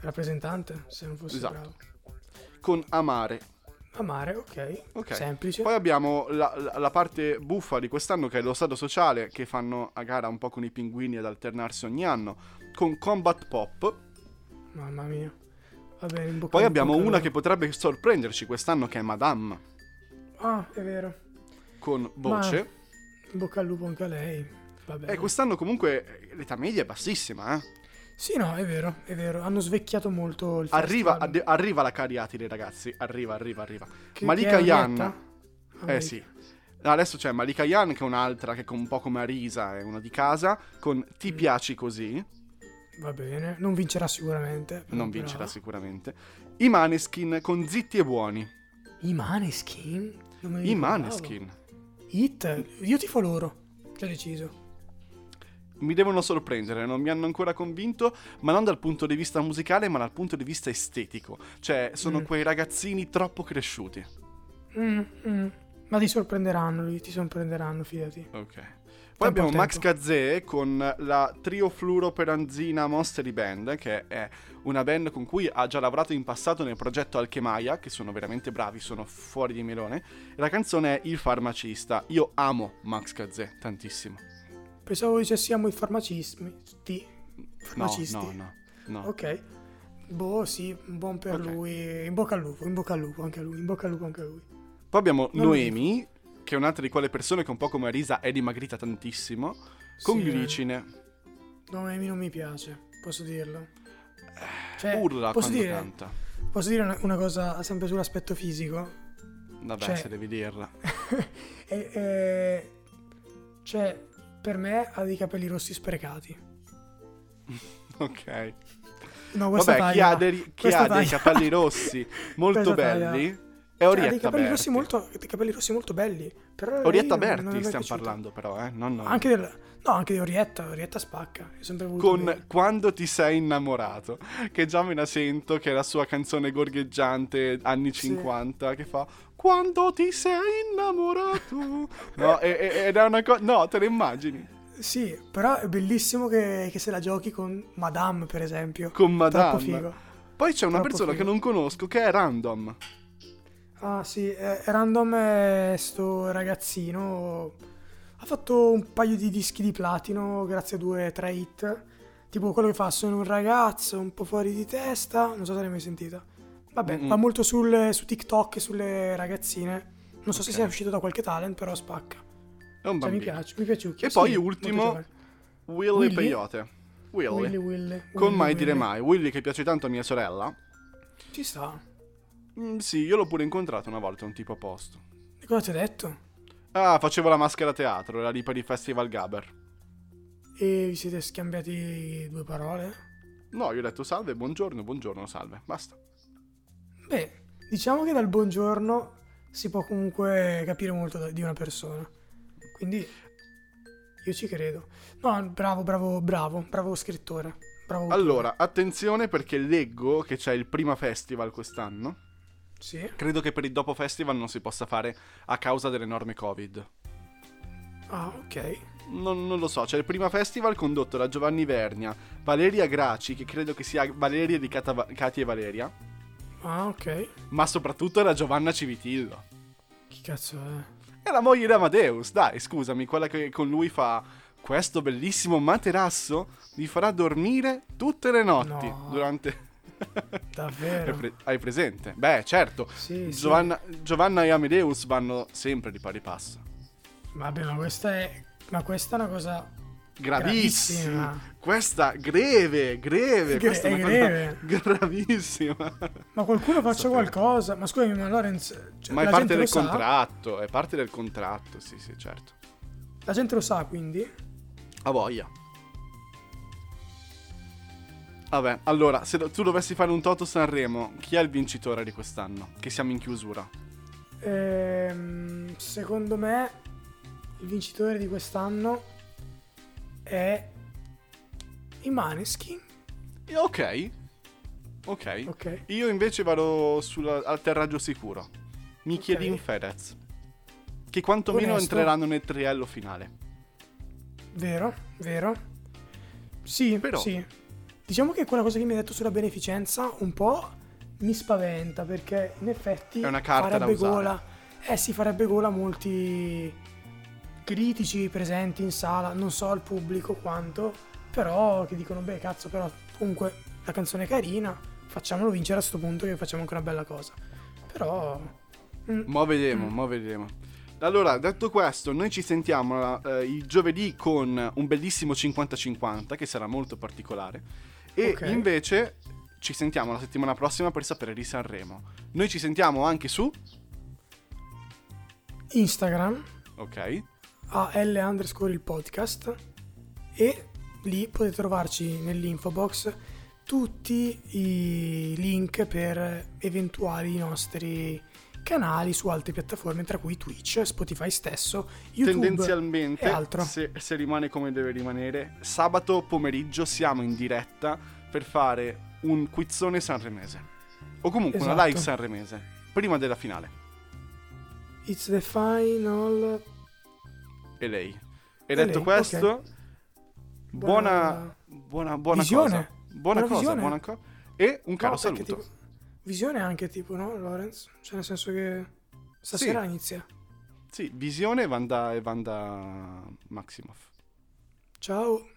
Speaker 1: Rappresentante, se non fosse
Speaker 2: Esatto.
Speaker 1: bravo.
Speaker 2: con Amare.
Speaker 1: Amare, ok.
Speaker 2: Ok.
Speaker 1: Semplice.
Speaker 2: Poi abbiamo la, la- la parte buffa di quest'anno che è lo stato sociale, che fanno a gara un po' con i pinguini ad alternarsi ogni anno, con Combat Pop.
Speaker 1: Mamma mia. Va bene, in bocca
Speaker 2: Poi
Speaker 1: al
Speaker 2: abbiamo
Speaker 1: lupo,
Speaker 2: una che
Speaker 1: allora.
Speaker 2: potrebbe sorprenderci quest'anno che è Madame,
Speaker 1: Ah, è vero.
Speaker 2: con Voce.
Speaker 1: In bocca al lupo anche a lei. Va bene.
Speaker 2: E quest'anno comunque eh, l'età media è bassissima, eh.
Speaker 1: Sì, no, è vero, è vero. Hanno svecchiato molto il
Speaker 2: Arriva,
Speaker 1: festival.
Speaker 2: adde- arriva la cariatide, ragazzi. Arriva, arriva, arriva.
Speaker 1: Che- che
Speaker 2: Malika
Speaker 1: è
Speaker 2: Yan.
Speaker 1: Orietta? Ah,
Speaker 2: Eh sì. Adesso c'è Malika Yan, che è un'altra, che è un po' come Arisa, è una di casa, con Ti piaci così,
Speaker 1: Va bene, non vincerà sicuramente.
Speaker 2: non
Speaker 1: però-
Speaker 2: vincerà sicuramente. I Maneskin con Zitti e Buoni.
Speaker 1: I Maneskin? Non me li
Speaker 2: I
Speaker 1: ricordavo.
Speaker 2: Maneskin.
Speaker 1: Hit? Io tifo loro. Già deciso.
Speaker 2: Mi devono sorprendere, non mi hanno ancora convinto, ma non dal punto di vista musicale, ma dal punto di vista estetico. Cioè, sono
Speaker 1: Mm.
Speaker 2: quei ragazzini troppo cresciuti.
Speaker 1: Mm, mm. Ma ti sorprenderanno, li- ti sorprenderanno, fidati.
Speaker 2: Ok.
Speaker 1: Tempo
Speaker 2: Poi
Speaker 1: al
Speaker 2: abbiamo Max
Speaker 1: tempo.
Speaker 2: Gazzè con la Trio Fluoro Peranzina Monstery Band, che è una band con cui ha già lavorato in passato nel progetto Alchemaia, che sono veramente bravi, sono fuori di melone. E la canzone è Il farmacista. Io amo Max Gazzè tantissimo.
Speaker 1: Pensavo dicessimo i farmacismi. Ti.
Speaker 2: No,
Speaker 1: Farmacisti.
Speaker 2: no, no. no.
Speaker 1: Ok. Boh, sì, buon per
Speaker 2: Ok.
Speaker 1: lui. In bocca al lupo, in bocca al lupo anche a lui, in bocca al lupo anche a lui.
Speaker 2: Poi abbiamo
Speaker 1: Non lo
Speaker 2: Noemi, che è un'altra di quelle persone che un po' come Arisa è dimagrita tantissimo, con
Speaker 1: Sì, eh.
Speaker 2: glicine.
Speaker 1: Noemi non mi piace, posso dirlo. Cioè,
Speaker 2: Eh, Urla
Speaker 1: posso
Speaker 2: quando
Speaker 1: dire,
Speaker 2: canta.
Speaker 1: posso dire una, una cosa sempre sull'aspetto fisico?
Speaker 2: Vabbè,
Speaker 1: Cioè-
Speaker 2: se devi dirla.
Speaker 1: E- e- cioè, per me ha dei capelli rossi sprecati.
Speaker 2: ok.
Speaker 1: No, questa
Speaker 2: Vabbè, chi
Speaker 1: taglia-
Speaker 2: ha, dei- chi
Speaker 1: questa
Speaker 2: ha dei
Speaker 1: taglia-
Speaker 2: capelli rossi molto
Speaker 1: Questa taglia.
Speaker 2: belli è
Speaker 1: Cioè, ha
Speaker 2: Orietta
Speaker 1: dei capelli
Speaker 2: Berti.
Speaker 1: rossi, molto, dei capelli rossi molto belli. Però lei
Speaker 2: Orietta
Speaker 1: non- non mi è
Speaker 2: Berti
Speaker 1: mai
Speaker 2: stiamo
Speaker 1: piaciuta.
Speaker 2: parlando però, eh? non- non-
Speaker 1: Anche del, no, anche di Orietta. Orietta spacca. È sempre voluto
Speaker 2: Con
Speaker 1: bene.
Speaker 2: Quando ti sei innamorato, che già me la sento, che è la sua canzone gorgheggiante anni
Speaker 1: Sì.
Speaker 2: 50, che fa Quando ti sei innamorato. No, e- e- ed è una cosa... No, te le immagini?
Speaker 1: Sì, però è bellissimo che, che se la giochi con Madame, per esempio.
Speaker 2: Con
Speaker 1: Troppo
Speaker 2: Madame.
Speaker 1: figo.
Speaker 2: Poi c'è una
Speaker 1: Troppo
Speaker 2: persona
Speaker 1: figo.
Speaker 2: che non conosco, che è Random.
Speaker 1: Ah, sì, eh, Random è sto ragazzino. Ha fatto un paio di dischi di platino, grazie a due, tre hit. Tipo quello che fa Sono un ragazzo, un po' fuori di testa. Non so se l'hai mai sentita. Vabbè,
Speaker 2: Mm-mm.
Speaker 1: va molto sul- su TikTok e sulle ragazzine. Non so se
Speaker 2: Ok.
Speaker 1: sia uscito da qualche talent, però spacca.
Speaker 2: È un
Speaker 1: Cioè, mi
Speaker 2: bambino.
Speaker 1: piace, mi piace.
Speaker 2: E poi ultimo, Willy,
Speaker 1: Willy?
Speaker 2: Peyote. Willy.
Speaker 1: Willy, Willy,
Speaker 2: Con
Speaker 1: Willy,
Speaker 2: Mai dire
Speaker 1: Willy.
Speaker 2: mai. Willy che piace tanto a mia sorella.
Speaker 1: Ci sta.
Speaker 2: Mm, sì, io l'ho pure incontrato una volta, un tipo a posto.
Speaker 1: E cosa ti ho detto?
Speaker 2: Ah, facevo la maschera a teatro, era lì per il Festival Gaber.
Speaker 1: E vi siete scambiati due parole?
Speaker 2: No, io ho detto salve, buongiorno, buongiorno, salve. Basta.
Speaker 1: Beh, diciamo che dal buongiorno si può comunque capire molto da- di una persona. Quindi io ci credo. No, bravo, bravo, bravo, bravo scrittore. Bravo autore.
Speaker 2: Allora, attenzione perché leggo che c'è il prima festival quest'anno.
Speaker 1: Sì.
Speaker 2: Credo che per il dopo festival non si possa fare a causa dell'enorme Covid.
Speaker 1: Ah, ok.
Speaker 2: Non, non lo so, c'è il prima festival condotto da Giovanni Vernia, Valeria Graci, che credo che sia Valeria di Cata- Katia e Valeria,
Speaker 1: Ah, ok.
Speaker 2: ma soprattutto da Giovanna Civitillo.
Speaker 1: Chi cazzo è?
Speaker 2: È la moglie di Amadeus, dai, scusami, quella che con lui fa questo bellissimo materasso vi farà dormire tutte le notti
Speaker 1: No.
Speaker 2: durante... Hai
Speaker 1: Davvero?
Speaker 2: pre- hai presente? Beh, certo.
Speaker 1: Sì, sì.
Speaker 2: Giovanna, Giovanna e Amadeus vanno sempre di pari passo.
Speaker 1: Vabbè, ma questa è. Ma questa è una cosa.
Speaker 2: Gravissima.
Speaker 1: Gravissima.
Speaker 2: Questa greve, greve,
Speaker 1: Gre-
Speaker 2: questa è una
Speaker 1: greve.
Speaker 2: cosa gravissima.
Speaker 1: Ma qualcuno faccia
Speaker 2: Sapevo.
Speaker 1: qualcosa. Ma scusami, ma Lorenz. cioè,
Speaker 2: Ma è
Speaker 1: la gente
Speaker 2: parte
Speaker 1: lo
Speaker 2: del
Speaker 1: sa?
Speaker 2: contratto, è parte del contratto, sì, sì, certo.
Speaker 1: La gente lo sa quindi.
Speaker 2: A voglia. Vabbè, allora, se do- tu dovessi fare un Toto Sanremo, chi è il vincitore di quest'anno? Che siamo in chiusura.
Speaker 1: Ehm, secondo me, il vincitore di quest'anno è. I Maneskin.
Speaker 2: E ok. Ok.
Speaker 1: Ok.
Speaker 2: Io invece vado sulla- al terraggio sicuro. Michelin
Speaker 1: Ok.
Speaker 2: Fedez. Che quantomeno
Speaker 1: Onesto.
Speaker 2: entreranno nel triello finale.
Speaker 1: Vero, vero. Sì,
Speaker 2: Però-
Speaker 1: sì. Diciamo che quella cosa che mi hai detto sulla beneficenza un po' mi spaventa perché in effetti
Speaker 2: È una carta da
Speaker 1: farebbe
Speaker 2: usare.
Speaker 1: gola. Eh si farebbe gola a molti critici presenti in sala, non so al pubblico quanto, però che dicono beh cazzo però comunque la canzone è carina, facciamolo vincere a sto punto che facciamo anche una bella cosa. Però mm,
Speaker 2: Mo' vedremo, mo' vedremo. Allora, detto questo, noi ci sentiamo eh, il giovedì con un bellissimo 50-50 che sarà molto particolare. E
Speaker 1: Ok.
Speaker 2: invece ci sentiamo la settimana prossima per sapere di Sanremo. Noi ci sentiamo anche su...
Speaker 1: Instagram
Speaker 2: Ok.
Speaker 1: a L underscore il podcast e lì potete trovarci nell'info box tutti i link per eventuali nostri canali su altre piattaforme tra cui Twitch, Spotify stesso, YouTube e
Speaker 2: Tendenzialmente,
Speaker 1: altro.
Speaker 2: se, se rimane come deve rimanere, sabato pomeriggio siamo in diretta per fare un quizzone sanremese. O comunque una
Speaker 1: Esatto.
Speaker 2: live sanremese, prima della finale.
Speaker 1: It's the final
Speaker 2: E lei. E
Speaker 1: E
Speaker 2: detto
Speaker 1: lei,
Speaker 2: questo,
Speaker 1: ok.
Speaker 2: buona,
Speaker 1: Buona-
Speaker 2: buona, buona
Speaker 1: visione.
Speaker 2: cosa.
Speaker 1: Buona
Speaker 2: Buona cosa,
Speaker 1: visione.
Speaker 2: buona cosa. E un caro
Speaker 1: No, perché
Speaker 2: saluto.
Speaker 1: tipo- visione anche tipo, no, Lorenz? Cioè nel senso che stasera
Speaker 2: Sì.
Speaker 1: inizia.
Speaker 2: Sì, visione Vanda e Vanda Maximoff.
Speaker 1: Ciao.